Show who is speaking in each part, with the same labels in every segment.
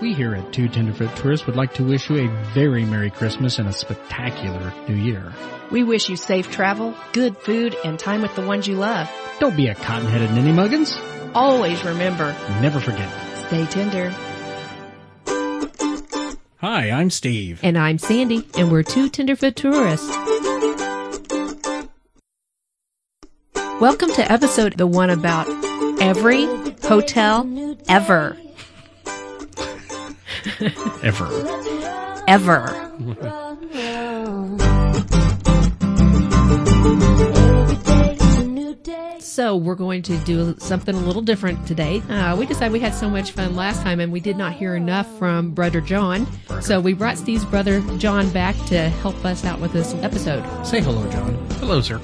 Speaker 1: We here at Two Tenderfoot Tourists would like to wish you a very Merry Christmas and a spectacular New Year.
Speaker 2: We wish you safe travel, good food, and time with the ones you love.
Speaker 1: Don't be a cotton-headed ninny muggins.
Speaker 2: Always remember,
Speaker 1: Never forget.
Speaker 2: stay tender.
Speaker 1: Hi, I'm Steve.
Speaker 3: And I'm Sandy, and we're two Tenderfoot tourists. Welcome to episode the one about every hotel ever,
Speaker 1: Ever.
Speaker 3: ever. So we're going to do something a little different today. Uh, we decided we had so much fun last time, and we did not hear enough from brother John. So we brought Steve's brother John back to help us out with this episode.
Speaker 1: Say hello, John. Hello, sir.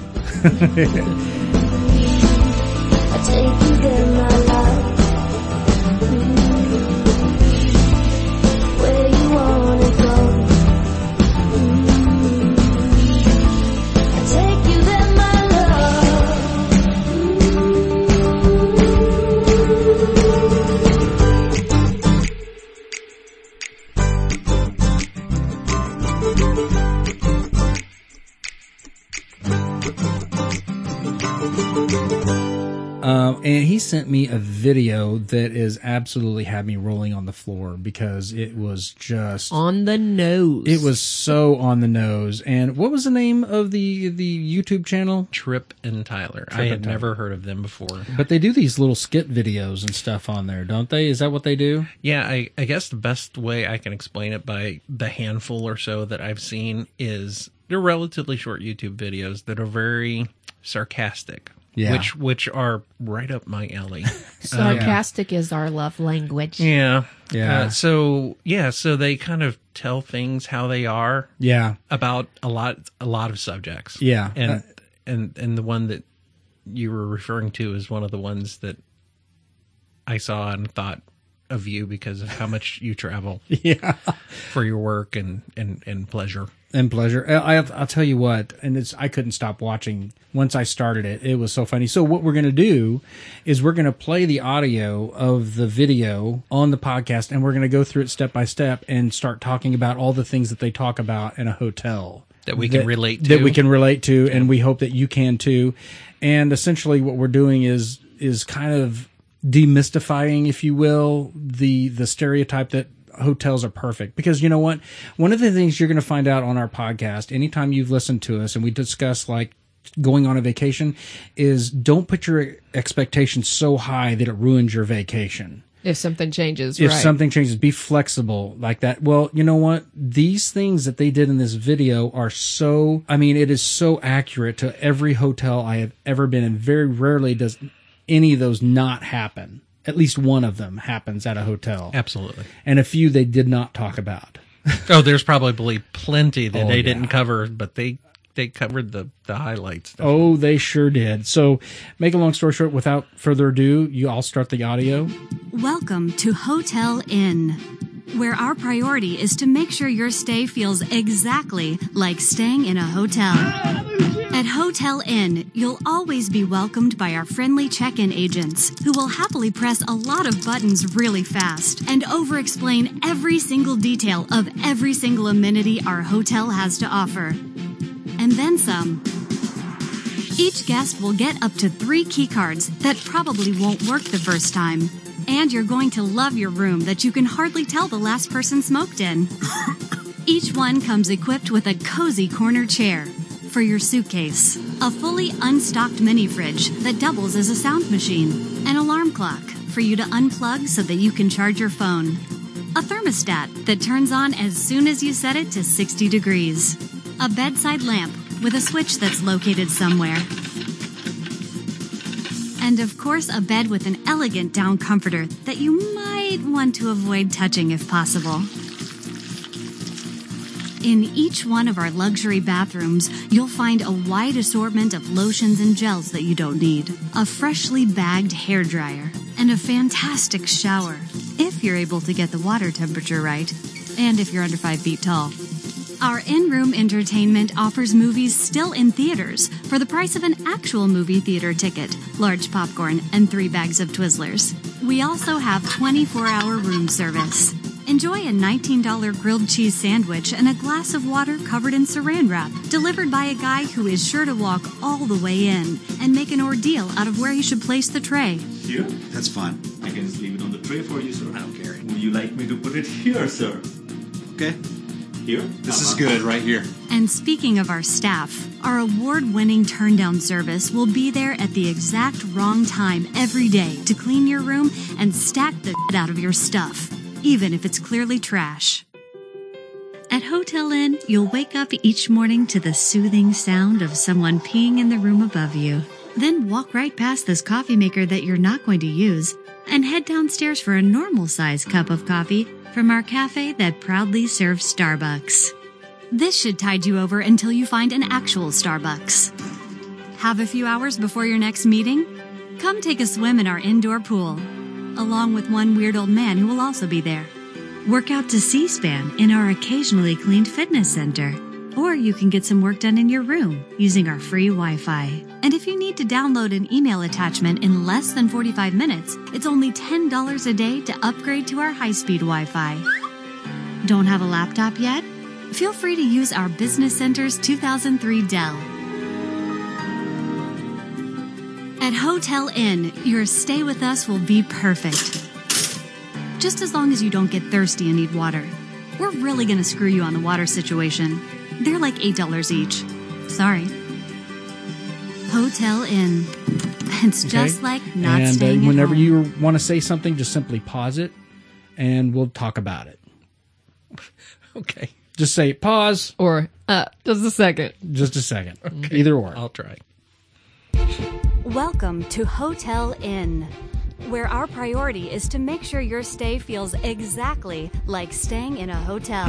Speaker 1: Um, and he sent me a video that is absolutely had me rolling on the floor because it was just
Speaker 3: On the nose.
Speaker 1: it was so on the nose. And what was the name of the the YouTube channel?
Speaker 4: Trip and Tyler. I had never heard of them before.
Speaker 1: But they do these little skit videos and stuff on there, don't they? Is that what they do?
Speaker 4: Yeah, I, I guess the best way I can explain it by the handful or so that I've seen is they're relatively short YouTube videos that are very sarcastic.
Speaker 1: Yeah.
Speaker 4: Which which are right up my alley.
Speaker 3: sarcastic is our love language.
Speaker 4: yeah.
Speaker 1: uh, Yeah.
Speaker 4: Uh, so yeah, so they kind of tell things how they are
Speaker 1: Yeah.
Speaker 4: about a lot a lot of subjects.
Speaker 1: Yeah.
Speaker 4: And
Speaker 1: Uh,
Speaker 4: and and the one that you were referring to is one of the ones that I saw and thought of you because of how much you travel
Speaker 1: Yeah.
Speaker 4: for your work and and and pleasure.
Speaker 1: and pleasure. I, I- I'll tell you what, and it's I couldn't stop watching once I started it. It was so funny. So what we're gonna do is we're gonna play the audio of the video on the podcast, and we're gonna go through it step by step and start talking about all the things that they talk about in a hotel
Speaker 4: That we can relate
Speaker 1: that
Speaker 4: to.
Speaker 1: we can relate to, and we hope that you can too. And essentially, what we're doing is is kind of demystifying, if you will, the the stereotype that hotels are perfect because you know what one of the things you're going to find out on our podcast anytime you've listened to us and we discuss like going on a vacation is don't put your expectations so high that it ruins your vacation
Speaker 3: If something changes,
Speaker 1: if
Speaker 3: right.
Speaker 1: something changes be flexible like that well you know what these things that they did in this video are so i mean it is so accurate to every hotel i have ever been in very rarely does any of those not happen at least one of them happens at a hotel
Speaker 4: Absolutely.
Speaker 1: and a few they did not talk about
Speaker 4: Oh, there's probably plenty that
Speaker 1: Oh,
Speaker 4: they
Speaker 1: yeah.
Speaker 4: didn't cover, but they they covered the the highlights.
Speaker 1: oh they sure did so make a long story short without further ado you all start the audio
Speaker 5: Welcome to Hotel Inn, where our priority is to make sure your stay feels exactly like staying in a hotel. At Hotel Inn, you'll always be welcomed by our friendly check in agents who will happily press a lot of buttons really fast and over explain every single detail of every single amenity our hotel has to offer. And then some. Each guest will get up to three key cards that probably won't work the first time. And you're going to love your room that you can hardly tell the last person smoked in. Each one comes equipped with a cozy corner chair for your suitcase, a fully unstocked mini fridge that doubles as a sound machine, an alarm clock for you to unplug so that you can charge your phone, a thermostat that turns on as soon as you set it to 60 degrees, a bedside lamp with a switch that's located somewhere. And of course, a bed with an elegant down comforter that you might want to avoid touching if possible. In each one of our luxury bathrooms, you'll find a wide assortment of lotions and gels that you don't need, a freshly bagged hairdryer, and a fantastic shower, if you're able to get the water temperature right, and if you're under 5 feet tall. Our in room entertainment offers movies still in theaters for the price of an actual movie theater ticket, large popcorn, and three bags of Twizzlers. We also have 24 hour room service. Enjoy a $19 grilled cheese sandwich and a glass of water covered in saran wrap, delivered by a guy who is sure to walk all the way in and make an ordeal out of where he should place the tray.
Speaker 6: Here? That's fine. I can just leave it on the tray for you, sir. I don't care. Would you like me to put it here, sir?
Speaker 7: Okay.
Speaker 6: Here?
Speaker 7: This is
Speaker 6: Uh-huh.
Speaker 7: good right here.
Speaker 5: And speaking of our staff, our award winning turn down service will be there at the exact wrong time every day to clean your room and stack the shit out of your stuff, even if it's clearly trash. At Hotel Inn, you'll wake up each morning to the soothing sound of someone peeing in the room above you. Then walk right past this coffee maker that you're not going to use and head downstairs for a normal sized cup of coffee from our cafe that proudly serves Starbucks. This should tide you over until you find an actual Starbucks. Have a few hours before your next meeting? Come take a swim in our indoor pool, along with one weird old man who will also be there. Work out to C SPAN in our occasionally cleaned fitness center. Or you can get some work done in your room using our free Wi Fi. And if you need to download an email attachment in less than 45 minutes, it's only $10 a day to upgrade to our high speed Wi Fi. Don't have a laptop yet? Feel free to use our Business Center's 2003 Dell. At Hotel Inn, your stay with us will be perfect. Just as long as you don't get thirsty and need water. We're really going to screw you on the water situation. They're like $8 each. Sorry. Hotel Inn. It's just like not
Speaker 1: and
Speaker 5: staying
Speaker 1: uh,
Speaker 5: at
Speaker 1: whenever
Speaker 5: home.
Speaker 1: you want to say something, just simply pause it, and we'll talk about it.
Speaker 4: Okay.
Speaker 1: Just say pause,
Speaker 3: Or uh, just a second.
Speaker 1: just a second, either or.
Speaker 4: I'll try.
Speaker 5: Welcome to Hotel Inn, where our priority is to make sure your stay feels exactly like staying in a hotel.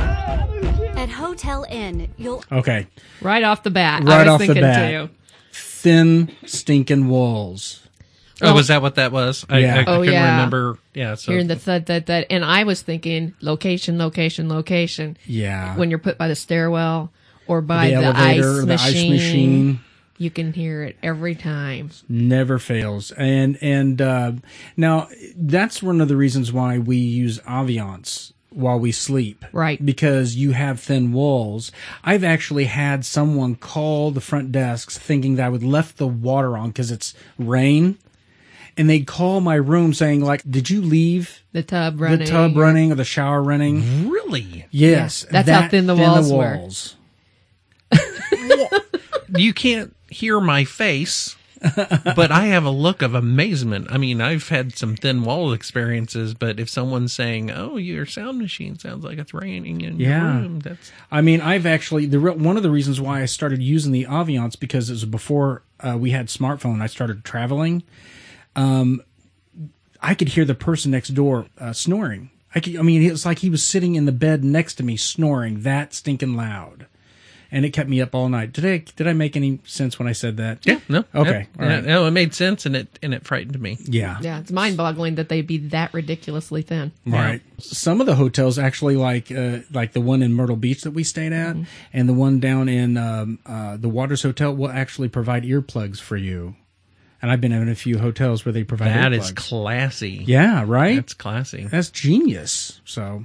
Speaker 5: At Hotel Inn, you'll
Speaker 1: okay,
Speaker 3: Right off the bat. I
Speaker 1: Right
Speaker 3: was
Speaker 1: off the
Speaker 3: thinking
Speaker 1: bat.
Speaker 3: too.
Speaker 1: thin stinking walls.
Speaker 4: Oh, was that what that was? I,
Speaker 1: Yeah.
Speaker 4: I, I
Speaker 1: Oh,
Speaker 4: couldn't
Speaker 3: yeah.
Speaker 4: remember. Yeah. So
Speaker 3: Hearing the thud, thud, thud. And I was thinking location, location, location.
Speaker 1: Yeah.
Speaker 3: When you're put by the stairwell or by
Speaker 1: The
Speaker 3: the,
Speaker 1: elevator,
Speaker 3: ice,
Speaker 1: the ice
Speaker 3: machine,
Speaker 1: machine.
Speaker 3: you can hear it every time.
Speaker 1: never fails and and uh, now that's one of the reasons why we use aviance while we sleep
Speaker 3: Right.
Speaker 1: because you have thin walls i've actually had someone call the front desks thinking that i would left the water on because it's rain and they call my room saying like did you leave
Speaker 3: The tub running. Mm-hmm.
Speaker 1: the tub running or the shower running
Speaker 4: really,
Speaker 1: yes
Speaker 3: Yeah, that's how thin the walls were.
Speaker 4: you can't hear my face, but I have a look of amazement. I mean, I've had some thin wall experiences, but if someone's saying, "Oh, your sound machine sounds like it's raining in your
Speaker 1: Yeah.
Speaker 4: room," that's
Speaker 1: I mean, I've actually the re- one of the reasons why I started using the Aviance because it was before uh, we had smartphone. I started traveling. Um, I could hear the person next door uh, snoring. I, could, I mean, it was like he was sitting in the bed next to me snoring that stinking loud, and it kept me up all night. Did I did I make any sense when I said that?
Speaker 4: yeah, no,
Speaker 1: Okay,
Speaker 4: yeah,
Speaker 1: all
Speaker 4: yeah,
Speaker 1: right.
Speaker 4: no, it made sense, and it and it frightened me.
Speaker 1: Yeah.
Speaker 3: Yeah, it's mind boggling that they'd be that ridiculously thin.
Speaker 1: Right. Some of the hotels actually like uh, like the one in Myrtle Beach that we stayed
Speaker 4: Mm-hmm.
Speaker 1: at, and the one down in um, uh, the Waters Hotel will actually provide earplugs for you. And I've been in a few hotels where they provide
Speaker 4: That
Speaker 1: earplugs.
Speaker 4: is classy.
Speaker 1: yeah, right.
Speaker 4: that's classy.
Speaker 1: That's genius. So,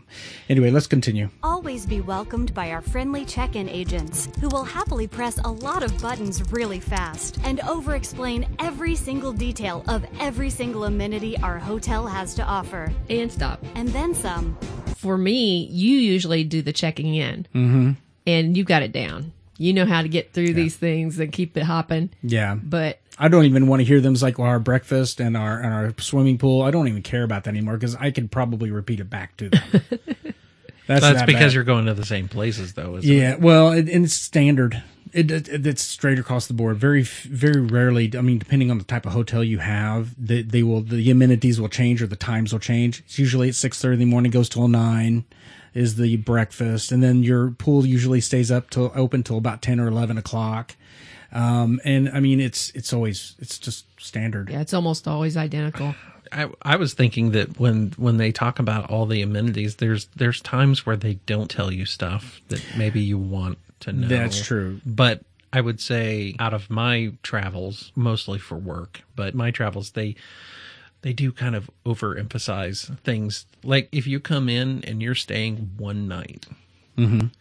Speaker 1: anyway, let's continue.
Speaker 5: always be welcomed by our friendly check in agents, who will happily press a lot of buttons really fast and over explain every single detail of every single amenity our hotel has to offer,
Speaker 3: And stop.
Speaker 5: and then some.
Speaker 3: For me, you usually do the checking in, mm-hmm. and you got it down. You know how to get through these things and keep it hopping.
Speaker 1: Yeah,
Speaker 3: But
Speaker 1: I don't even want to hear them. It's like our breakfast and our and our swimming pool. I don't even care about that anymore because I could probably repeat it back to them. That's,
Speaker 4: That's
Speaker 1: that
Speaker 4: because
Speaker 1: bad.
Speaker 4: you're going to the same places, though. Isn't
Speaker 1: Yeah, well, it, and it's standard. It, it it's straight across the board. Very f- very rarely. I mean, depending on the type of hotel you have, they, they will the amenities will change or the times will change. It's usually at six thirty in the morning, goes till nine, is the breakfast, and then your pool usually stays up till open till about ten or eleven o'clock. Um, and I mean, it's it's always it's just standard.
Speaker 3: yeah, it's almost always identical.
Speaker 4: I, I was thinking that when when they talk about all the amenities, there's there's times where they don't tell you stuff that maybe you want to know.
Speaker 1: That's true.
Speaker 4: But I would say out of my travels, mostly for work, but my travels they they do kind of overemphasize things. Like if you come in and you're staying one night, and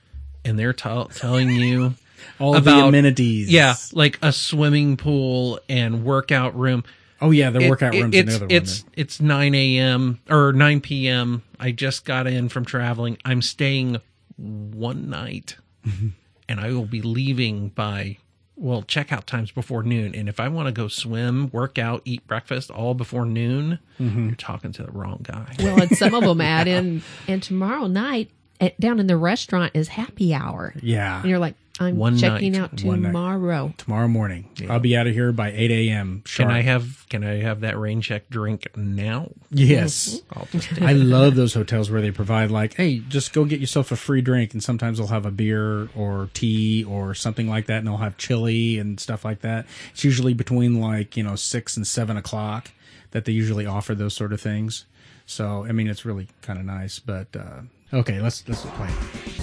Speaker 4: they're t- telling you
Speaker 1: Mm-hmm. All of the
Speaker 4: About-
Speaker 1: amenities.
Speaker 4: yeah, like a swimming pool and workout room.
Speaker 1: Oh yeah, the workout
Speaker 4: It-
Speaker 1: rooms.
Speaker 4: It's
Speaker 1: another
Speaker 4: it's it's nine a.m. or nine p.m. I just got in from traveling. I'm staying one night,
Speaker 1: Mm-hmm.
Speaker 4: and I will be leaving by well checkout times before noon. And if I want to go swim, work out, eat breakfast all before noon,
Speaker 1: Mm-hmm.
Speaker 4: you're talking to the wrong guy.
Speaker 3: Well, and some of them add in, and tomorrow night at, down in the restaurant is happy hour.
Speaker 1: Yeah.
Speaker 3: And you're like, I'm
Speaker 4: One
Speaker 3: checking
Speaker 4: night.
Speaker 3: out
Speaker 1: One night.
Speaker 3: tomorrow.
Speaker 1: tomorrow morning. I'll be out of here by eight a.m.
Speaker 4: Can
Speaker 1: sharp.
Speaker 4: I have can I have that rain check drink now?
Speaker 1: Yes.
Speaker 4: I'll just
Speaker 1: I love those hotels where they provide like, hey, just go get yourself a free drink, and sometimes they'll have a beer or tea or something like that, and they'll have chili and stuff like that. It's usually between like you know six and seven o'clock that they usually offer those sort of things. So I mean, it's really kind of nice. But uh, okay, let's let's play.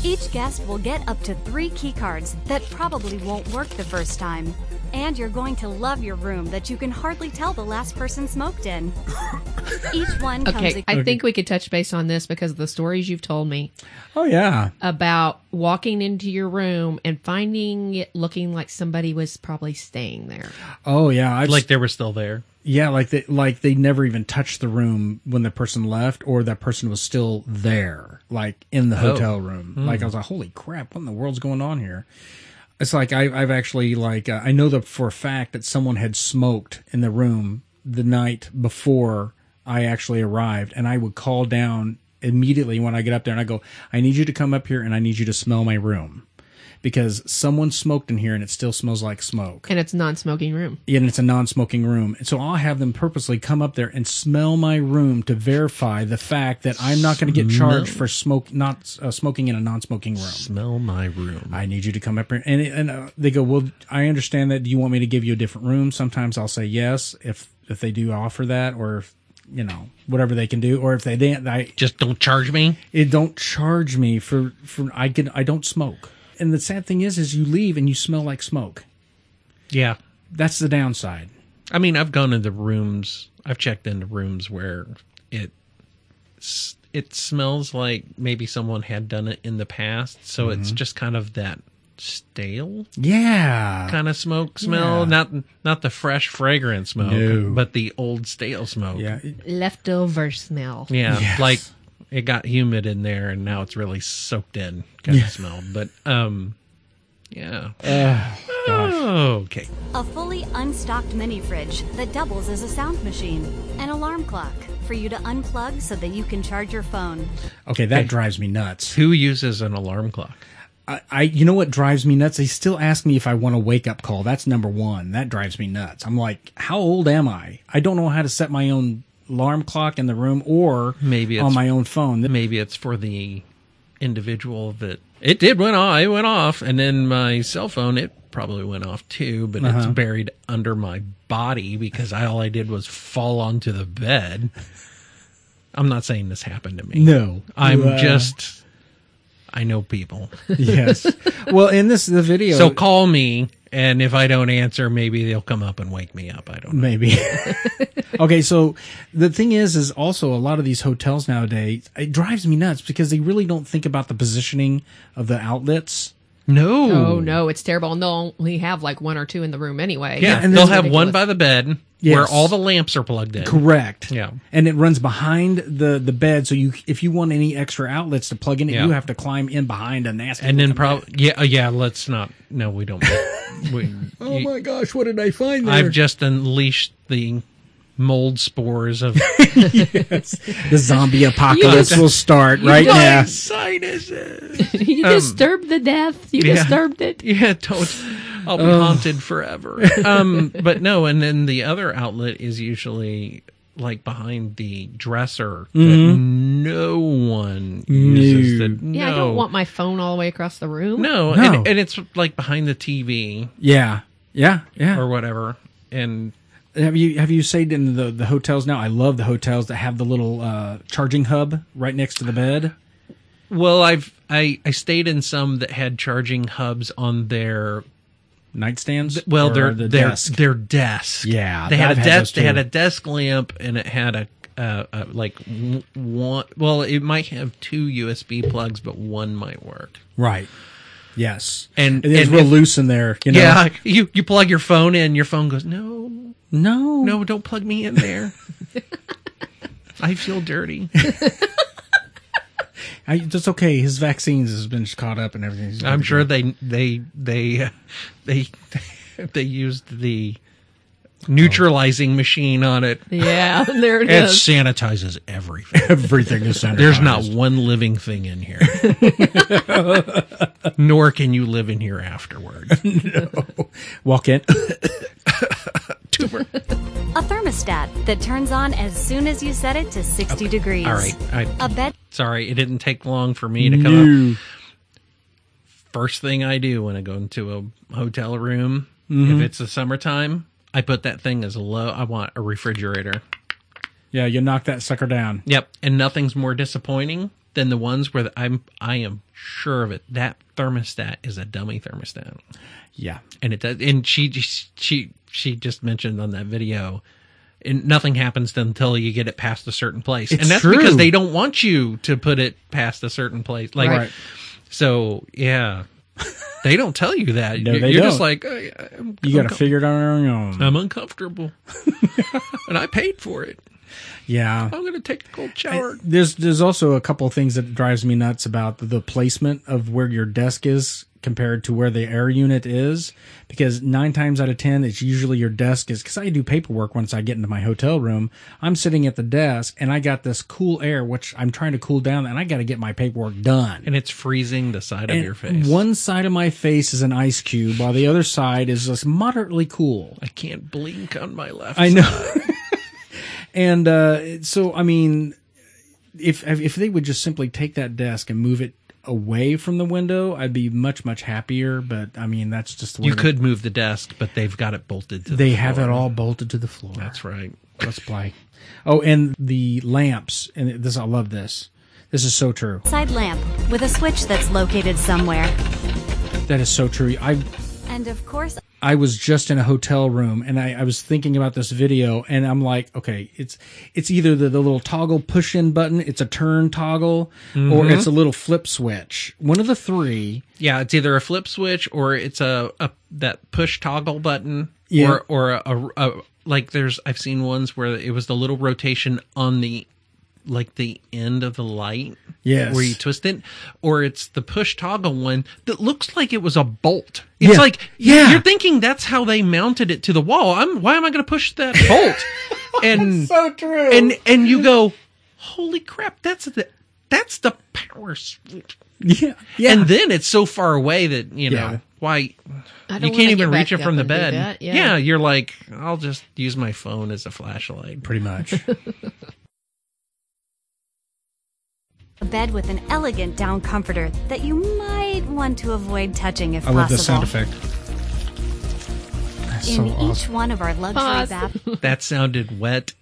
Speaker 5: Each guest will get up to three key cards that probably won't work the first time. And you're going to love your room that you can hardly tell the last person smoked in. Each one comes
Speaker 3: Okay, I think we could touch base on this because of the stories you've told me
Speaker 1: Oh yeah,
Speaker 3: about walking into your room and finding it looking like somebody was probably staying there.
Speaker 1: oh yeah. I've
Speaker 4: like they were still there.
Speaker 1: Yeah, like they like they never even touched the room when the person left, or that person was still there, like in the hotel room. Like I was like, "Holy crap! What in the world's going on here?" It's like I, I've actually like uh, I know that for a fact that someone had smoked in the room the night before I actually arrived, and I would call down immediately when I get up there, and I go, "I need you to come up here, and I need you to smell my room." Because someone smoked in here and it still smells like smoke
Speaker 3: And it's a non smoking room.
Speaker 1: and it's a non-smoking room. And so I'll have them purposely come up there and smell my room to verify the fact that I'm not going to get charged for smoke not uh, smoking in a non-smoking room.
Speaker 4: Smell my room.
Speaker 1: I need you to come up here, and and uh, they go. Well, I understand that. Do you want me to give you a different room? Sometimes I'll say yes if if they do offer that, or if, you know whatever they can do, or if they didn't, I
Speaker 4: Just don't charge me.
Speaker 1: it don't charge me for for I can I don't smoke. And the sad thing is, is you leave and you smell like smoke.
Speaker 4: Yeah.
Speaker 1: That's the downside.
Speaker 4: I mean, I've gone into rooms. I've checked into rooms where it s- it smells like maybe someone had done it in the past. So
Speaker 1: Mm-hmm.
Speaker 4: it's just kind of that stale
Speaker 1: Yeah.
Speaker 4: kind of smoke smell.
Speaker 1: Yeah.
Speaker 4: Not not the fresh fragrant smoke,
Speaker 1: No.
Speaker 4: but the old stale smoke.
Speaker 1: Yeah.
Speaker 3: Leftover smell.
Speaker 4: Yeah,
Speaker 1: Yes.
Speaker 4: like it got humid in there, and now it's really soaked in kind of smell. But um, yeah. okay.
Speaker 5: a fully unstocked mini fridge that doubles as a sound machine, an alarm clock for you to unplug so that you can charge your phone.
Speaker 1: Okay, that drives me nuts.
Speaker 4: Who uses an alarm clock?
Speaker 1: I, I, you know what drives me nuts? They still ask me if I want a wake up call. That's number one. That drives me nuts. I'm like, how old am I? I don't know how to set my own alarm clock in the room or
Speaker 4: Maybe
Speaker 1: on
Speaker 4: it's-
Speaker 1: my own phone. That-
Speaker 4: maybe it's for the individual that it did went off it went off and then my cell phone it probably went off too but
Speaker 1: Uh-huh.
Speaker 4: it's buried under my body because I, all i did was fall onto the bed i'm not saying this happened to me
Speaker 1: No,
Speaker 4: i'm
Speaker 1: You, uh,
Speaker 4: just i know people
Speaker 1: yes. Well, in this the video,
Speaker 4: so call me and if i don't answer maybe they'll come up and wake me up i don't know
Speaker 1: maybe. okay, so the thing is, is also a lot of these hotels nowadays it drives me nuts because they really don't think about the positioning of the outlets.
Speaker 4: no
Speaker 3: Oh no, it's terrible. And they'll only have like one or two in the room anyway.
Speaker 4: yeah,
Speaker 1: and
Speaker 4: they'll
Speaker 1: there's
Speaker 4: have one
Speaker 3: ridiculous-
Speaker 4: by the bed where
Speaker 1: Yes.
Speaker 4: all the lamps are plugged in
Speaker 1: Correct.
Speaker 4: Yeah.
Speaker 1: And it runs behind the the bed, so you if you want any extra outlets to plug in, it,
Speaker 4: Yeah.
Speaker 1: you have to climb in behind a nasty.
Speaker 4: and then
Speaker 1: looking-
Speaker 4: probably yeah uh, yeah let's not no we don't we,
Speaker 1: oh my gosh, what did I find there?
Speaker 4: i've just unleashed the mold spores of
Speaker 1: the zombie apocalypse will start right
Speaker 3: just-
Speaker 1: now.
Speaker 4: sinuses Um,
Speaker 3: you disturbed the death. You
Speaker 4: yeah.
Speaker 3: disturbed it.
Speaker 4: yeah don't i'll be haunted forever um but no and then the other outlet is usually like behind the dresser that no one uses that no.
Speaker 3: Mm-hmm. Yeah, I don't want my phone all the way across the room.
Speaker 4: no,
Speaker 1: No.
Speaker 4: And, and it's like behind the tv
Speaker 1: Yeah, yeah, yeah.
Speaker 4: or whatever and
Speaker 1: have you have you stayed in the the hotels now? I love the hotels that have the little uh, charging hub right next to the bed.
Speaker 4: Well, I've I I stayed in some that had charging hubs on their
Speaker 1: nightstands.
Speaker 4: Well,
Speaker 1: Or
Speaker 4: their
Speaker 1: the
Speaker 4: their
Speaker 1: desk?
Speaker 4: their desk.
Speaker 1: Yeah,
Speaker 4: they
Speaker 1: I've
Speaker 4: had a
Speaker 1: had
Speaker 4: desk.
Speaker 1: those
Speaker 4: They had
Speaker 1: too.
Speaker 4: a desk lamp, and it had a, uh, a like w- one. Well, it might have two USB plugs, but one might work.
Speaker 1: right. Yes,
Speaker 4: And-
Speaker 1: it is
Speaker 4: and
Speaker 1: real
Speaker 4: if-
Speaker 1: loose in there. You know?
Speaker 4: Yeah, you you plug your phone in, your phone goes no,
Speaker 1: No.
Speaker 4: no, don't plug me in there. I feel dirty.
Speaker 1: I, it's okay. His vaccines has been caught up and everything. He's
Speaker 4: I'm
Speaker 1: good to
Speaker 4: sure
Speaker 1: go.
Speaker 4: they they they uh, they they used the neutralizing machine on it.
Speaker 3: Yeah, there it
Speaker 4: It
Speaker 3: is.
Speaker 4: sanitizes everything.
Speaker 1: everything is sanitized.
Speaker 4: There's not one living thing in here. Nor can you live in here afterward.
Speaker 1: walk in.
Speaker 5: A thermostat that turns on as soon as you set it to 60 degrees.
Speaker 4: All right.
Speaker 5: A
Speaker 4: I,
Speaker 5: bed
Speaker 4: sorry, it didn't take long for me to come up. First thing I do when I go into a hotel room, if it's the summertime, I put that thing as low. I want a refrigerator.
Speaker 1: Yeah, you knock that sucker down.
Speaker 4: Yep. And nothing's more disappointing than the ones where I'm I am sure of it. That thermostat is a dummy thermostat.
Speaker 1: Yeah.
Speaker 4: and it does and she just she she just mentioned on that video and nothing happens until you get it past a certain place
Speaker 1: It's
Speaker 4: and that's
Speaker 1: true.
Speaker 4: because they don't want you to put it past a certain place like
Speaker 1: Right.
Speaker 4: so yeah they don't tell you that
Speaker 1: No,
Speaker 4: you're,
Speaker 1: they
Speaker 4: you're just
Speaker 1: don't.
Speaker 4: like "Oh, yeah, I'm,
Speaker 1: You got
Speaker 4: I'm
Speaker 1: to
Speaker 4: com-
Speaker 1: figure it out on your own.
Speaker 4: I'm uncomfortable and I paid for it
Speaker 1: yeah.
Speaker 4: I'm gonna take a cold shower
Speaker 1: There's there's also a couple of things that drives me nuts about the placement of where your desk is compared to where the air unit is because 9 times out of 10 it's usually your desk is cuz I do paperwork once I get into my hotel room I'm sitting at the desk and I got this cool air which I'm trying to cool down and I got to get my paperwork done
Speaker 4: and it's freezing the side of
Speaker 1: And
Speaker 4: your face
Speaker 1: one side of my face is an ice cube while the other side is just moderately cool
Speaker 4: I can't blink on my left
Speaker 1: I know. and uh, so, I mean, if if they would just simply take that desk and move it away from the window, I'd be much much happier. But I mean, that's just the way
Speaker 4: you
Speaker 1: they-
Speaker 4: could move the desk but they've got it bolted to
Speaker 1: They
Speaker 4: the
Speaker 1: have it
Speaker 4: floor.
Speaker 1: all bolted to the floor.
Speaker 4: that's right
Speaker 1: Let's play. Oh, and the lamps. And this, I love this. This is so true.
Speaker 5: side lamp with a switch that's located somewhere.
Speaker 1: That is so true. I
Speaker 5: And of course,
Speaker 1: I was just in a hotel room and I, I was thinking about this video and I'm like, okay, it's it's either the, the little toggle push in button, it's a turn toggle, or
Speaker 4: Mm-hmm.
Speaker 1: it's a little flip switch. One of the three.
Speaker 4: Yeah, it's either a flip switch or it's a, a that push toggle button
Speaker 1: Yeah.
Speaker 4: or or a, a, a like there's I've seen ones where it was the little rotation on the like the end of the light.
Speaker 1: Yes.
Speaker 4: Where you twist it or it's the push toggle one that looks like it was a bolt. It's
Speaker 1: Yeah.
Speaker 4: like
Speaker 1: Yeah.
Speaker 4: you're thinking that's how they mounted it to the wall. I'm why am I going to push that bolt? and
Speaker 1: true. And
Speaker 4: and and you go, "Holy crap, that's the that's the power switch."
Speaker 1: yeah. Yeah.
Speaker 4: And then it's so far away that, you know,
Speaker 1: Yeah.
Speaker 4: why
Speaker 3: I don't
Speaker 4: you can't
Speaker 3: wanna
Speaker 4: even
Speaker 3: get
Speaker 4: reach it
Speaker 3: back
Speaker 4: from the
Speaker 3: up and do
Speaker 4: bed.
Speaker 3: that,
Speaker 4: Yeah.
Speaker 3: yeah.
Speaker 4: you're like, I'll just use my phone as a flashlight.
Speaker 1: pretty much.
Speaker 5: a bed with an elegant down comforter that you might want to avoid touching if
Speaker 1: I love
Speaker 5: possible.
Speaker 1: the sound effect. That's so
Speaker 5: In each
Speaker 1: awesome.
Speaker 5: one of our luxury
Speaker 3: Pause.
Speaker 5: bath
Speaker 4: That sounded wet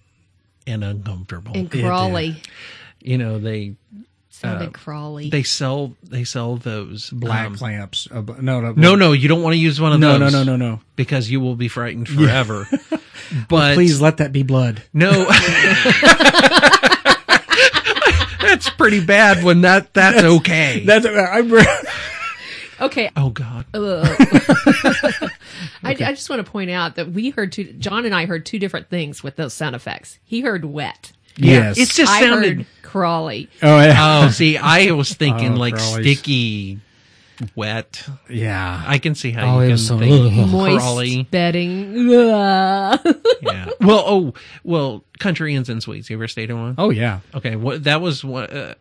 Speaker 4: and uncomfortable.
Speaker 3: and crawly.
Speaker 4: you know, they
Speaker 3: Sounded crawly.
Speaker 4: Um, they sell they sell those
Speaker 1: Black
Speaker 4: um,
Speaker 1: lamps. Uh, bu- no, no,
Speaker 4: No, no, you don't want to use one of
Speaker 1: No, no,
Speaker 4: those.
Speaker 1: no, no, no.
Speaker 4: Because you will be frightened forever. but
Speaker 1: Please let that be blood.
Speaker 4: No. That's pretty bad when that that's okay.
Speaker 1: That's I'm
Speaker 3: okay. uh,
Speaker 4: oh god.
Speaker 3: I, I just want to point out that we heard two, John and I heard two different things with those sound effects. He heard wet.
Speaker 1: yes.
Speaker 4: It's just
Speaker 3: I
Speaker 4: sounded
Speaker 3: heard crawly.
Speaker 1: oh yeah.
Speaker 4: Oh, see, I was thinking
Speaker 1: Oh,
Speaker 4: like
Speaker 1: crawlies.
Speaker 4: sticky, wet.
Speaker 1: yeah.
Speaker 4: I can see how
Speaker 1: Oh, it
Speaker 4: you can
Speaker 1: was so-
Speaker 4: think
Speaker 1: ugh.
Speaker 3: Moist
Speaker 4: crawly.
Speaker 3: bedding. Ugh.
Speaker 4: Yeah. Well, oh, well, country inns and suites. You ever stayed in one?
Speaker 1: oh yeah.
Speaker 4: Okay. What that was what. Uh,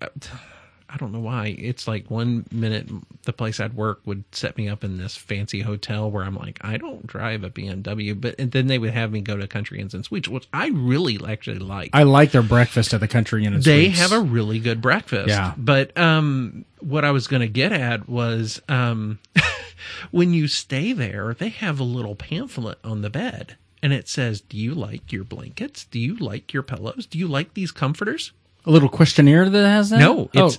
Speaker 4: I don't know why. It's like one minute the place I'd work would set me up in this fancy hotel where I'm like, I don't drive a BMW, but and then they would have me go to country inns and suites, which I really actually like.
Speaker 1: I like their breakfast at the country and
Speaker 4: they have a really good breakfast.
Speaker 1: Yeah.
Speaker 4: But um, what I was going to get at was um, when you stay there, they have a little pamphlet on the bed and it says, Do you like your blankets? Do you like your pillows? Do you like these comforters?
Speaker 1: a little questionnaire that has that.
Speaker 4: No,
Speaker 1: Oh.
Speaker 4: it's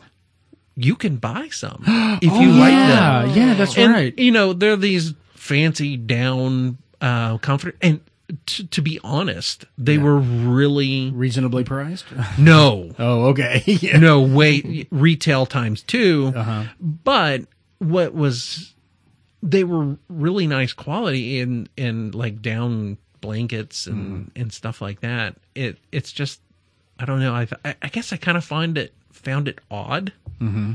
Speaker 4: you can buy some if you like
Speaker 1: yeah,
Speaker 4: them.
Speaker 1: Oh, yeah, that's
Speaker 4: And,
Speaker 1: right.
Speaker 4: You know, they're these fancy down uh, comfort. And t- to be honest, they were really
Speaker 1: Reasonably priced.
Speaker 4: no,
Speaker 1: oh, okay. yeah.
Speaker 4: no wait retail times 2
Speaker 1: Uh-huh.
Speaker 4: but what was they were really nice quality in in like down blankets and
Speaker 1: Mm.
Speaker 4: and stuff like that it it's just i don't know i I- i guess i kind of find it found it odd mm-hmm.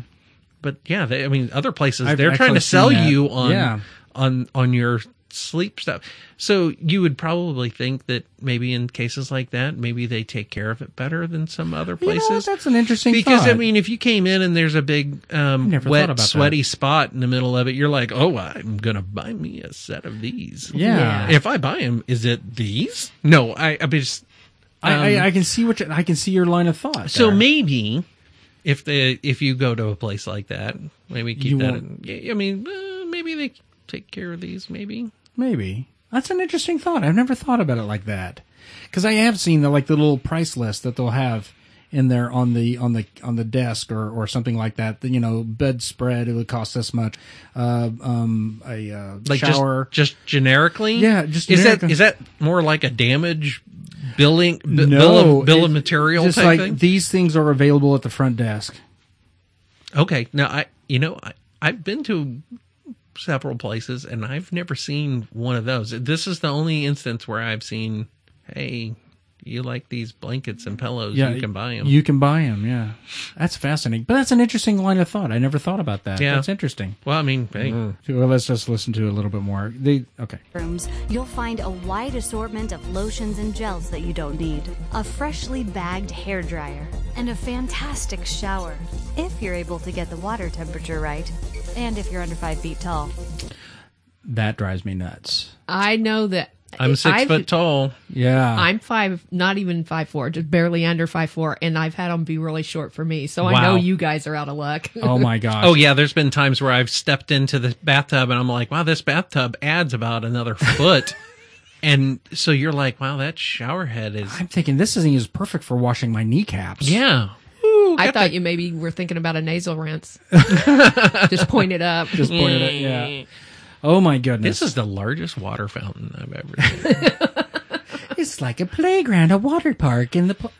Speaker 4: but yeah they, i mean other places
Speaker 1: I've
Speaker 4: they're trying
Speaker 1: actually
Speaker 4: to sell
Speaker 1: seen that.
Speaker 4: you on
Speaker 1: Yeah.
Speaker 4: on on your sleep stuff so you would probably think that maybe in cases like that maybe they take care of it better than some other
Speaker 1: You know
Speaker 4: places
Speaker 1: what? that's an interesting
Speaker 4: because I
Speaker 1: thought.
Speaker 4: mean, if you came in and there's a big um,
Speaker 1: never thought
Speaker 4: wet,
Speaker 1: about
Speaker 4: sweaty
Speaker 1: that.
Speaker 4: spot in the middle of it, you're like, "Oh, I'm gonna buy me a set of these."
Speaker 1: Yeah.
Speaker 4: If I buy them, is it these? No, I, I just
Speaker 1: I,
Speaker 4: um,
Speaker 1: I, I can see what you, I can see your line of thought.
Speaker 4: so
Speaker 1: there.
Speaker 4: maybe if the if you go to a place like that, maybe keep
Speaker 1: You
Speaker 4: that.
Speaker 1: won't-
Speaker 4: In, I mean, uh, maybe they take care of these. Maybe
Speaker 1: Maybe that's an interesting thought. I've never thought about it like that because I have seen the like the little price list that they'll have in there on the on the on the desk or or something like that. You know, bedspread it would cost this much. Uh, um, a uh,
Speaker 4: like
Speaker 1: shower.
Speaker 4: just just generically.
Speaker 1: Yeah, just
Speaker 4: is that
Speaker 1: generic-
Speaker 4: is that more like a damage billing b-
Speaker 1: no,
Speaker 4: bill of, bill of
Speaker 1: it-
Speaker 4: material
Speaker 1: Just
Speaker 4: type
Speaker 1: like
Speaker 4: thing?
Speaker 1: these things are available at the front desk.
Speaker 4: Okay. Now I, you know, I, I've been to several places and I've never seen one of those. This is the only instance where I've seen, hey, you like these blankets and pillows? you can buy them.
Speaker 1: You can buy them. Yeah, that's fascinating. But that's an interesting line of thought. I never thought about that.
Speaker 4: Yeah.
Speaker 1: that's interesting.
Speaker 4: well, I mean, hey,
Speaker 1: Well, let's just listen to a little bit more. They okay.
Speaker 5: bathrooms, you'll find a wide assortment of lotions and gels that you don't need, a freshly bagged hair dryer, and a fantastic shower if you're able to get the water temperature right and if you're under 5 feet tall.
Speaker 1: That drives me nuts.
Speaker 3: I know that.
Speaker 4: I'm 6
Speaker 3: I've-
Speaker 4: foot tall.
Speaker 1: Yeah.
Speaker 3: I'm five, not even five four, just barely under five four, and I've had them be really short for me. So I
Speaker 1: Wow.
Speaker 3: know you guys are out of luck.
Speaker 1: oh my gosh.
Speaker 4: Oh yeah, there's been times where I've stepped into the bathtub and I'm like, wow, this bathtub adds about another foot. and so you're like, wow, that shower head is.
Speaker 1: I'm thinking this thing is perfect for washing my kneecaps.
Speaker 4: yeah.
Speaker 3: I thought you maybe were thinking about a nasal rinse. just point it up.
Speaker 1: Just pointed at yeah. Oh my goodness.
Speaker 4: This is the largest water fountain I've ever seen.
Speaker 1: it's like a playground, a water park in the pl-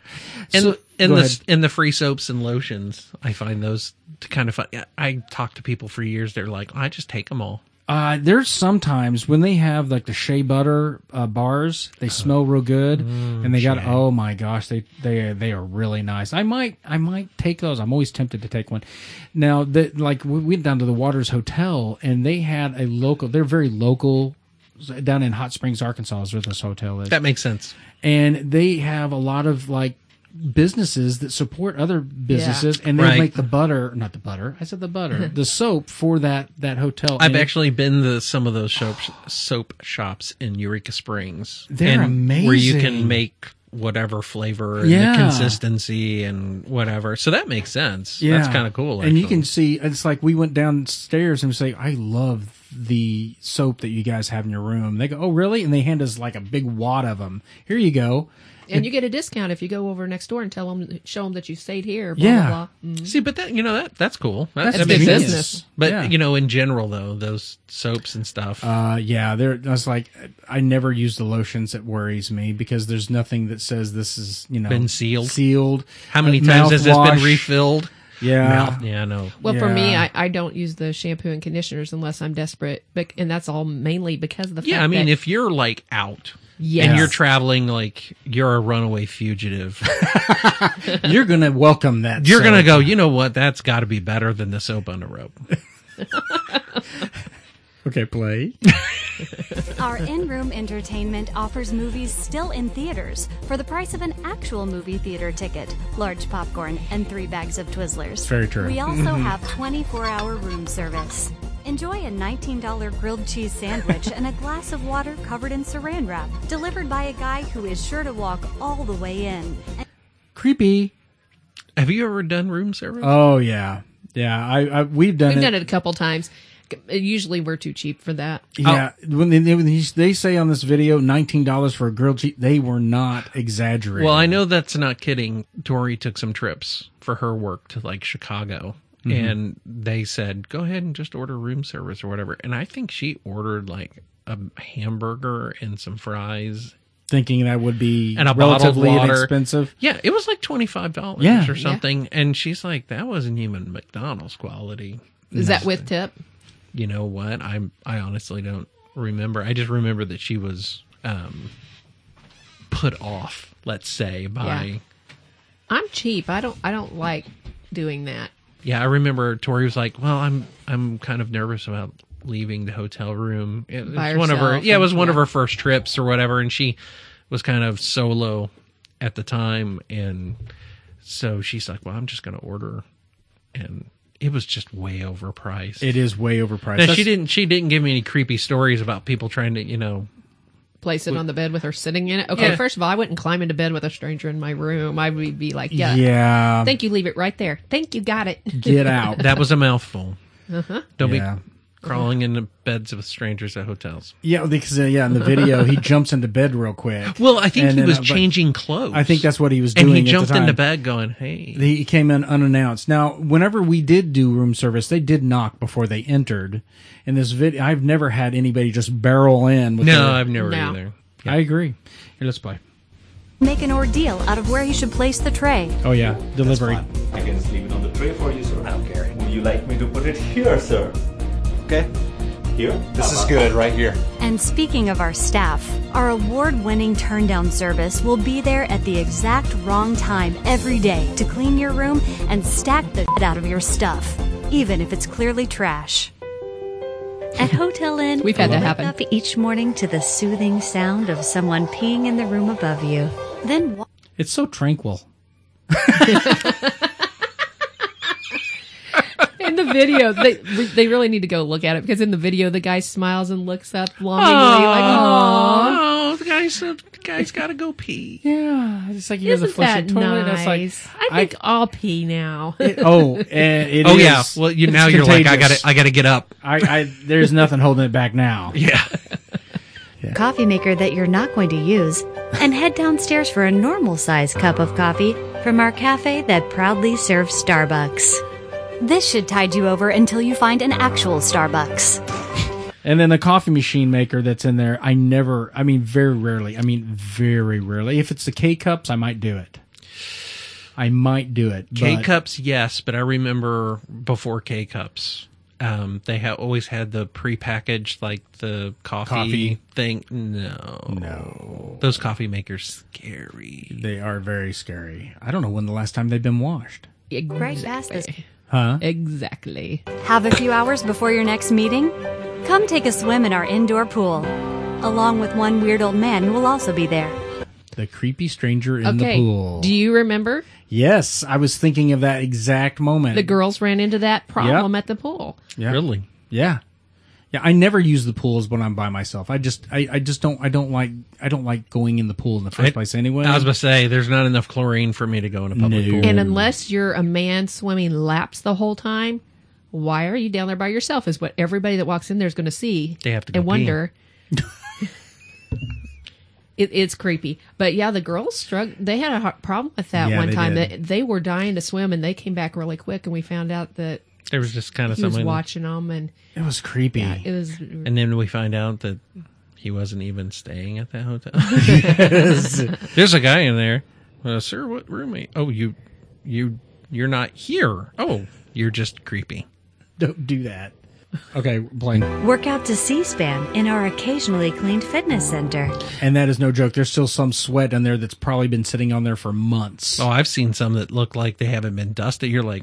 Speaker 4: and
Speaker 1: So-
Speaker 4: and
Speaker 1: go
Speaker 4: the
Speaker 1: ahead.
Speaker 4: and the free soaps and lotions. I find those to kind of fun. I talk to people for years. They're like, "Oh, I just take them all.
Speaker 1: Uh, there's sometimes when they have like the shea butter uh, bars, they smell real good, and they got oh my gosh, they they they are really nice. I might I might take those. I'm always tempted to take one. Now that like we went down to the Waters Hotel and they had a local. They're very local down in Hot Springs, Arkansas, is where this hotel is
Speaker 4: That makes sense.
Speaker 1: and they have a lot of like businesses that support other businesses and they
Speaker 4: Right.
Speaker 1: make the butter not the butter i said the butter the soap for that that hotel
Speaker 4: I've
Speaker 1: And it-
Speaker 4: actually been to some of those soap soap shops in Eureka Springs.
Speaker 1: They're
Speaker 4: Where you can
Speaker 1: amazing.
Speaker 4: make whatever flavor and
Speaker 1: Yeah.
Speaker 4: the consistency and whatever. So that makes sense. That's kind of cool.
Speaker 1: and you
Speaker 4: actually.
Speaker 1: can see it's like we went downstairs and say i love the soap that you guys have in your room they go oh really and they hand us like a big wad of them here you go
Speaker 3: And you get a discount if you go over next door and tell them, show them that you stayed here. Blah,
Speaker 1: Yeah.
Speaker 3: Blah, blah. Mm.
Speaker 4: see, but that you know that that's cool. That,
Speaker 3: That's
Speaker 4: that
Speaker 3: big
Speaker 4: makes sense.
Speaker 3: business.
Speaker 4: But
Speaker 1: Yeah.
Speaker 4: you know, in general though, those soaps and stuff.
Speaker 1: Uh, yeah, there. That's like I never use the lotions. It worries me because there's nothing that says this is you know
Speaker 4: Been sealed.
Speaker 1: Sealed.
Speaker 4: How many
Speaker 1: Uh,
Speaker 4: times has this been
Speaker 1: mouthwash.
Speaker 4: refilled?
Speaker 1: Yeah,
Speaker 4: Mouth- yeah, no.
Speaker 3: Well, for me,
Speaker 1: Yeah.
Speaker 3: I, I don't use the shampoo and conditioners unless I'm desperate, but and that's all mainly because of the fact
Speaker 4: Yeah, I mean,
Speaker 3: that,
Speaker 4: if you're like out
Speaker 3: yes,
Speaker 4: and you're traveling, like you're a runaway fugitive,
Speaker 1: you're gonna welcome that.
Speaker 4: you're gonna
Speaker 1: soap.
Speaker 4: go. You know what? That's got to be better than the soap on the rope.
Speaker 1: Okay, play.
Speaker 5: Our in room entertainment offers movies still in theaters for the price of an actual movie theater ticket, large popcorn, and three bags of Twizzlers.
Speaker 1: Very true.
Speaker 5: We also have 24 hour room service. Enjoy a $19 grilled cheese sandwich and a glass of water covered in saran wrap, delivered by a guy who is sure to walk all the way in.
Speaker 1: Creepy.
Speaker 4: Have you ever done room service?
Speaker 1: Oh yeah, yeah. I, I we've done
Speaker 3: we've
Speaker 1: it.
Speaker 3: done it a couple times. Usually we're too cheap for that.
Speaker 4: Oh.
Speaker 1: Yeah, when they, when they- they say on this video nineteen dollars for a grilled cheese, they were not exaggerating.
Speaker 4: well, I know that's not kidding. Tori took some trips for her work to like Chicago, and they said, "Go ahead and just order room service or whatever." And I think she ordered like a hamburger and some fries
Speaker 1: thinking that would be
Speaker 4: and a
Speaker 1: relatively
Speaker 4: bottle of water.
Speaker 1: inexpensive.
Speaker 4: Yeah, it was like twenty five dollars
Speaker 1: Yeah.
Speaker 4: or
Speaker 1: Yeah.
Speaker 4: something. And she's like, "That wasn't even McDonald's quality."
Speaker 3: Is that with tip?
Speaker 4: You know what? I I honestly don't remember. I just remember that she was um, put off, let's say, by.
Speaker 3: Yeah. I'm cheap. I don't. I don't like doing that.
Speaker 4: Yeah, I remember Tori was like, "Well, I'm I'm kind of nervous about leaving the hotel room." It was
Speaker 3: By
Speaker 4: one of her
Speaker 3: herself
Speaker 4: yeah, it was
Speaker 3: and-
Speaker 4: one of
Speaker 3: yeah.
Speaker 4: her first trips or whatever, and she was kind of solo at the time, and so she's like, "Well, I'm just going to order," and it was just way overpriced.
Speaker 1: It is way overpriced.
Speaker 4: now,
Speaker 1: That's-
Speaker 4: she didn't she didn't give me any creepy stories about people trying to you know
Speaker 3: Place it on the bed with her sitting in it. Okay,
Speaker 4: Yeah.
Speaker 3: first of all, I wouldn't climb into bed with a stranger in my room. I would be like, yeah,
Speaker 1: Yeah.
Speaker 3: Thank you. Leave it right there. Thank you. Got it.
Speaker 1: Get out.
Speaker 4: that was a mouthful. Don't
Speaker 1: Yeah.
Speaker 4: be crawling into beds with strangers at hotels.
Speaker 1: yeah, because uh, yeah, in the video he jumps into bed real quick.
Speaker 4: Well, I think
Speaker 1: And
Speaker 4: he
Speaker 1: then,
Speaker 4: was
Speaker 1: uh, but
Speaker 4: changing clothes.
Speaker 1: I think that's what he was doing.
Speaker 4: and he
Speaker 1: at the
Speaker 4: jumped into
Speaker 1: time.
Speaker 4: bed going, "Hey,
Speaker 1: He came in unannounced. Now, whenever we did do room service, they did knock before they entered. In this video, I've never had anybody just barrel in. With
Speaker 4: No,
Speaker 1: their-
Speaker 4: I've never
Speaker 3: No.
Speaker 4: either.
Speaker 1: I agree. Here, let's play.
Speaker 5: Make an ordeal out of where he should place the tray.
Speaker 1: Oh yeah, delivery.
Speaker 6: I can just leave it on the tray for you, sir. I don't care. Would you like me to put it here, sir?
Speaker 7: Okay.
Speaker 6: Here? Uh-huh.
Speaker 7: This is good right here.
Speaker 5: And speaking of our staff, our award winning turn down service will be there at the exact wrong time every day to clean your room and stack the shit out of your stuff, even if it's clearly trash. At Hotel Inn,
Speaker 3: We've had that
Speaker 5: wake
Speaker 3: happen.
Speaker 5: Up each morning to the soothing sound of someone peeing in the room above you. Then walk.
Speaker 1: It's so tranquil.
Speaker 3: In the video, they they really need to go look at it because in the video, the guy smiles and looks up longingly, like, "Aw,
Speaker 4: Oh, the guy's the guy's got to go pee.
Speaker 1: Yeah, it's like he
Speaker 3: isn't that nice?" I think I, will pee now.
Speaker 1: oh, eh, it
Speaker 4: Oh
Speaker 1: is-
Speaker 4: yeah. Well, you
Speaker 1: it's
Speaker 4: now you're like, I got
Speaker 1: contagious.
Speaker 4: to I got to get up.
Speaker 1: I, I there's nothing holding it back now.
Speaker 4: Yeah.
Speaker 5: coffee maker that you're not going to use and head downstairs for a normal size cup of coffee from our cafe that proudly serves Starbucks. This should tide you over until you find an actual Starbucks.
Speaker 1: And then the coffee machine maker that's in there, I never, I mean, very rarely, I mean, very rarely. If it's the K cups, I might do it. I might do it.
Speaker 4: K
Speaker 1: but-
Speaker 4: cups, yes, but I remember before K cups, um, they ha- always had the prepackaged like the coffee,
Speaker 1: Coffee.
Speaker 4: thing. No, no, those coffee makers scary.
Speaker 1: They are very scary. I don't know when the last time they've been washed.
Speaker 5: Right past this.
Speaker 3: Exactly.
Speaker 5: Have a few hours before your next meeting? Come take a swim in our indoor pool, along with one weird old man who will also be there.
Speaker 1: The creepy stranger in the
Speaker 3: Okay.
Speaker 1: pool.
Speaker 3: Do you remember
Speaker 1: yes, I was thinking of that exact moment.
Speaker 3: the girls ran into that problem at the pool?
Speaker 1: yeah.
Speaker 4: Really?
Speaker 1: Yeah. Yeah, I never use the pools when I'm by myself. I just, I, I just don't, I don't like, I don't like going in the pool in the first
Speaker 4: I-
Speaker 1: place anyway.
Speaker 4: I was about to say, there's not enough chlorine for me to go in a public
Speaker 1: No.
Speaker 4: pool.
Speaker 3: And unless you're a man swimming laps the whole time, why are you down there by yourself? Is what everybody that walks in there is going to see.
Speaker 4: They have to go
Speaker 3: and
Speaker 4: pee.
Speaker 3: wonder. it, it's creepy, but yeah, the girls struggled. They had a hard problem with that
Speaker 1: Yeah,
Speaker 3: one
Speaker 1: they
Speaker 3: time.
Speaker 1: did.
Speaker 3: That they were dying to swim, and they came back really quick, and we found out that
Speaker 4: There was just kind of
Speaker 3: he was
Speaker 4: someone,
Speaker 3: watching them, and
Speaker 1: it was creepy.
Speaker 3: it was
Speaker 4: and then we find out that he wasn't even staying at that hotel. There's a guy in there. Uh, sir, what roommate? Oh, you, you, you're not here. Oh, you're just creepy.
Speaker 1: don't do that. Okay, Blaine.
Speaker 5: Work out to C SPAN in our occasionally cleaned fitness center.
Speaker 1: And that is no joke. There's still some sweat in there that's probably been sitting on there for months.
Speaker 4: Oh, I've seen some that look like they haven't been dusted. You're like,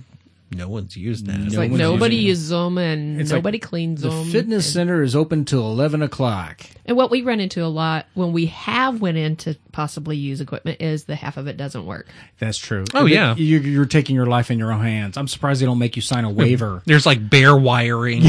Speaker 4: no one's used that.
Speaker 1: It's
Speaker 3: like
Speaker 1: one's
Speaker 3: nobody
Speaker 1: using it.
Speaker 3: uses them, and
Speaker 1: It's like
Speaker 3: nobody cleans
Speaker 1: the
Speaker 3: them.
Speaker 1: fitness center is open till 11 o'clock.
Speaker 3: And what we run into a lot when we have went in to possibly use equipment is the half of it doesn't work.
Speaker 1: That's true.
Speaker 4: Oh, yeah.
Speaker 1: You're, you're taking your life in your own hands. I'm surprised they don't make you sign a waiver.
Speaker 4: There's like bare wiring.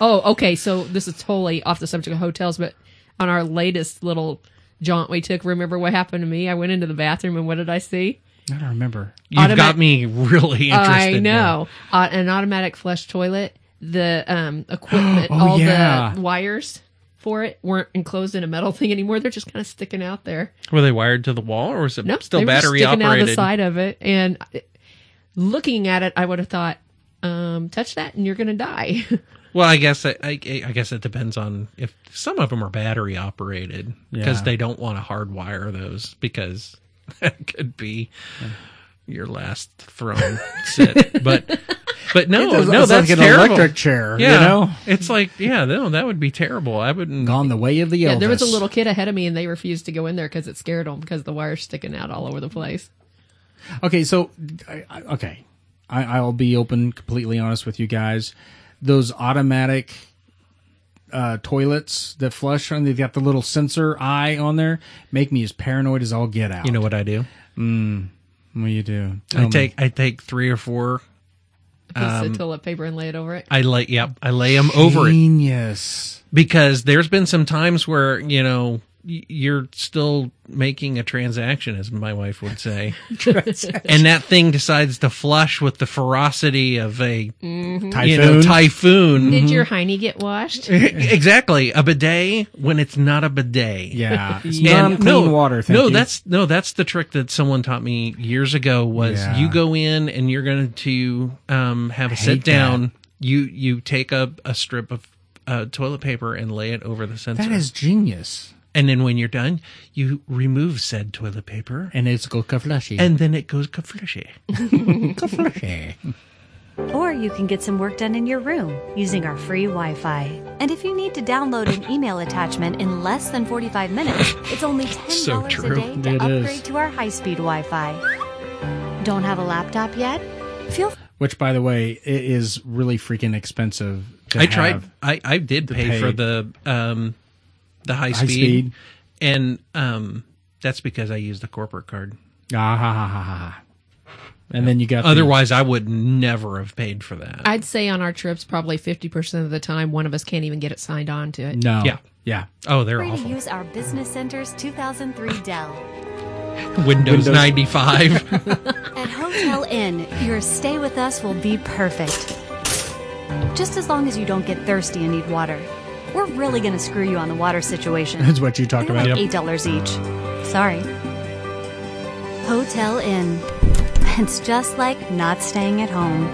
Speaker 3: Oh, okay. So this is totally off the subject of hotels, but on our latest little jaunt we took, remember what happened to me? I went into the bathroom and what did I see?
Speaker 1: I don't remember.
Speaker 4: You've got
Speaker 3: Automat-
Speaker 4: me really interested.
Speaker 3: I
Speaker 4: now.
Speaker 3: know uh, an automatic flush toilet. The um, equipment,
Speaker 1: Oh,
Speaker 3: all
Speaker 1: yeah.
Speaker 3: the wires for it weren't enclosed in a metal thing anymore. They're just kind of sticking out there.
Speaker 4: Were they wired to the wall or was it
Speaker 3: No,
Speaker 4: still
Speaker 3: they were just
Speaker 4: battery
Speaker 3: sticking out of the
Speaker 4: operated?
Speaker 3: side of it, and uh, looking at it, I would have thought, um, touch that and you're going to die.
Speaker 4: Well, I guess I, I, I guess it depends on if some of them are battery operated because
Speaker 1: Yeah.
Speaker 4: they don't want to hardwire those because that could be your last throne sit. But but no,
Speaker 1: It does-
Speaker 4: no,
Speaker 1: it's
Speaker 4: that's
Speaker 1: like an
Speaker 4: terrible.
Speaker 1: electric chair, you
Speaker 4: Yeah,
Speaker 1: know?
Speaker 4: it's like yeah, no, that would be terrible. I wouldn't.
Speaker 1: Gone the way of the
Speaker 3: yeah, there was a
Speaker 1: Elvis.
Speaker 3: little kid ahead of me and they refused to go in there because it scared them because the wire's sticking out all over the place.
Speaker 1: Okay, so I, I- okay, I, I'll be open, completely honest with you guys. Those automatic uh, toilets that flush and they've got the little sensor eye on there make me as paranoid as all get out.
Speaker 4: You know what I do?
Speaker 1: what do you do?
Speaker 4: I take I take three or four.
Speaker 3: A piece
Speaker 1: Um,
Speaker 3: of toilet paper and lay it over it.
Speaker 1: mm-hmm.
Speaker 4: I lay yep. I lay them over it.
Speaker 1: genius.
Speaker 4: because there's been some times where you know y- you're still making a transaction as my wife would say and that thing decides to flush with the ferocity of a
Speaker 1: Typhoon.
Speaker 4: Mm-hmm. you know typhoon E,
Speaker 3: Did your hiney get washed?
Speaker 4: exactly a bidet when it's not a bidet
Speaker 1: yeah, it's
Speaker 4: And
Speaker 1: non-clean
Speaker 4: no,
Speaker 1: water. Thank
Speaker 4: no,
Speaker 1: you.
Speaker 4: that's no, that's the trick that someone taught me years ago. Was
Speaker 1: Yeah.
Speaker 4: you go in and you're going to um, have a sit down. You you take a, a strip of uh, toilet paper and lay it over the sensor.
Speaker 1: that is genius.
Speaker 4: And then when you're done, you remove said toilet paper,
Speaker 1: And it's go flushy.
Speaker 4: and then it goes kaflushy.
Speaker 1: flushy.
Speaker 8: Or you can get some work done in your room using our free Wi Fi. And if you need to download an email attachment in less than 45 minutes, it's only $10
Speaker 4: So true.
Speaker 8: a day to
Speaker 1: It is.
Speaker 8: upgrade to our high speed Wi Fi. Don't have a laptop yet? Feel
Speaker 1: Which, by the way, i- is really freaking expensive. To
Speaker 4: I tried.
Speaker 1: have.
Speaker 4: I, I did pay,
Speaker 1: pay.
Speaker 4: for the um, the high,
Speaker 1: High
Speaker 4: speed,
Speaker 1: speed.
Speaker 4: and um, that's because I used the corporate card.
Speaker 1: Ah, ha, ha, ha, ha, ha. And then you got the-
Speaker 4: Otherwise, I would never have paid for that.
Speaker 3: I'd say on our trips, probably 50% of the time, one of us can't even get it signed on to it.
Speaker 1: No.
Speaker 4: Yeah.
Speaker 1: Yeah.
Speaker 4: oh, they're
Speaker 8: free to
Speaker 4: awful.
Speaker 8: use our Business Center's 2003 Dell.
Speaker 4: Windows, 95.
Speaker 8: At Hotel Inn, your stay with us will be perfect. Just as long as you don't get thirsty and need water. We're really going to screw you on the water situation.
Speaker 1: That's what you talked
Speaker 8: They're
Speaker 1: about.
Speaker 8: like eight dollars each. Sorry. Hotel Inn. It's just like not staying at home.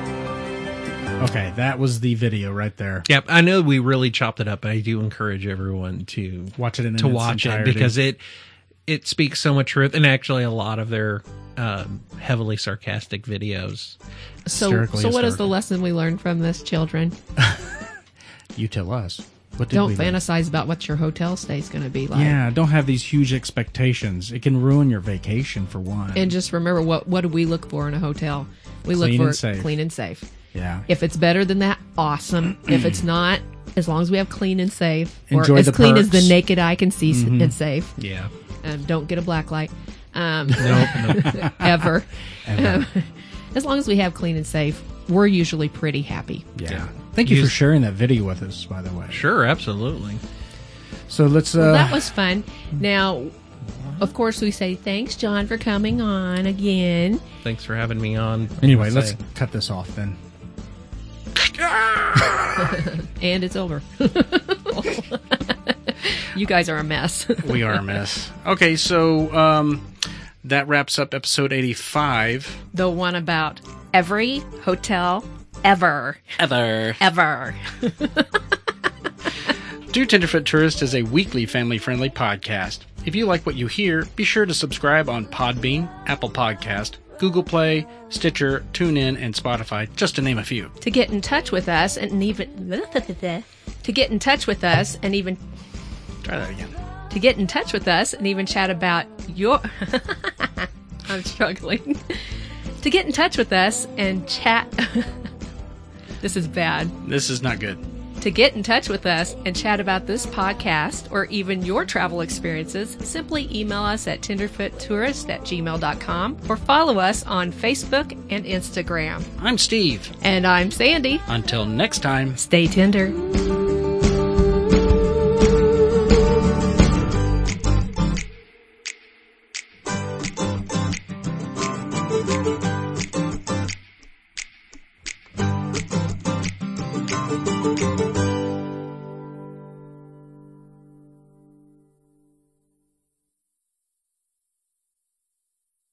Speaker 1: Okay, that was the video right there.
Speaker 4: yep. I know we really chopped it up, but I do encourage everyone to
Speaker 1: Watch it in
Speaker 4: to
Speaker 1: its
Speaker 4: watch
Speaker 1: entirety.
Speaker 4: it because it it speaks so much truth, and actually, a lot of their um, heavily sarcastic videos
Speaker 3: So,
Speaker 1: Hysterically
Speaker 3: so what is
Speaker 1: hysterical.
Speaker 3: the lesson we learned from this, children?
Speaker 1: you tell us. What did
Speaker 3: Don't
Speaker 1: we do?
Speaker 3: fantasize about what your hotel stay is going to be like.
Speaker 1: Yeah, don't have these huge expectations. It can ruin your vacation for one.
Speaker 3: And just remember, what what do we look for in a hotel? We look
Speaker 1: Clean
Speaker 3: for
Speaker 1: and safe.
Speaker 3: clean and safe.
Speaker 1: yeah.
Speaker 3: If it's better than that, awesome. if it's not, as long as we have clean and safe,
Speaker 1: Enjoy
Speaker 3: or as
Speaker 1: the
Speaker 3: clean as the
Speaker 1: perks.
Speaker 3: naked eye can see s- and safe.
Speaker 4: Yeah.
Speaker 3: Um, don't get a black light. Um,
Speaker 4: Nope.
Speaker 3: ever. Um, as long as we have clean and safe, we're usually pretty happy.
Speaker 1: yeah. Thank you
Speaker 4: Use-
Speaker 1: for sharing that video with us, by the way.
Speaker 4: sure. Absolutely.
Speaker 1: So let's. Uh,
Speaker 3: Well, that was fun. Now, of course, we say thanks, John, for coming on again.
Speaker 4: Thanks for having me on.
Speaker 1: anyway,
Speaker 4: Say-
Speaker 1: let's cut this off then.
Speaker 3: And it's over. you guys are a mess.
Speaker 1: we are a mess. Okay, so um, that wraps up episode 85.
Speaker 3: the one about every hotel ever. Ever. Ever.
Speaker 1: Do Tenderfoot Tourist is a weekly family friendly podcast. If you like what you hear, be sure to subscribe on Podbean, Apple Podcast, Google Play, Stitcher, TuneIn, and Spotify, just to name a few.
Speaker 3: To get in touch with us and even. To get in touch with us and even
Speaker 1: Try that again.
Speaker 3: to get in touch with us and even chat about your I'm struggling. to get in touch with us and chat This is bad.
Speaker 1: This is not good.
Speaker 3: To get in touch with us and chat about this podcast or even your travel experiences, simply email us at tenderfoottourist at gmail.com or follow us on Facebook and Instagram.
Speaker 1: I'm Steve.
Speaker 3: And I'm Sandy.
Speaker 1: Until next time.
Speaker 3: Stay tender.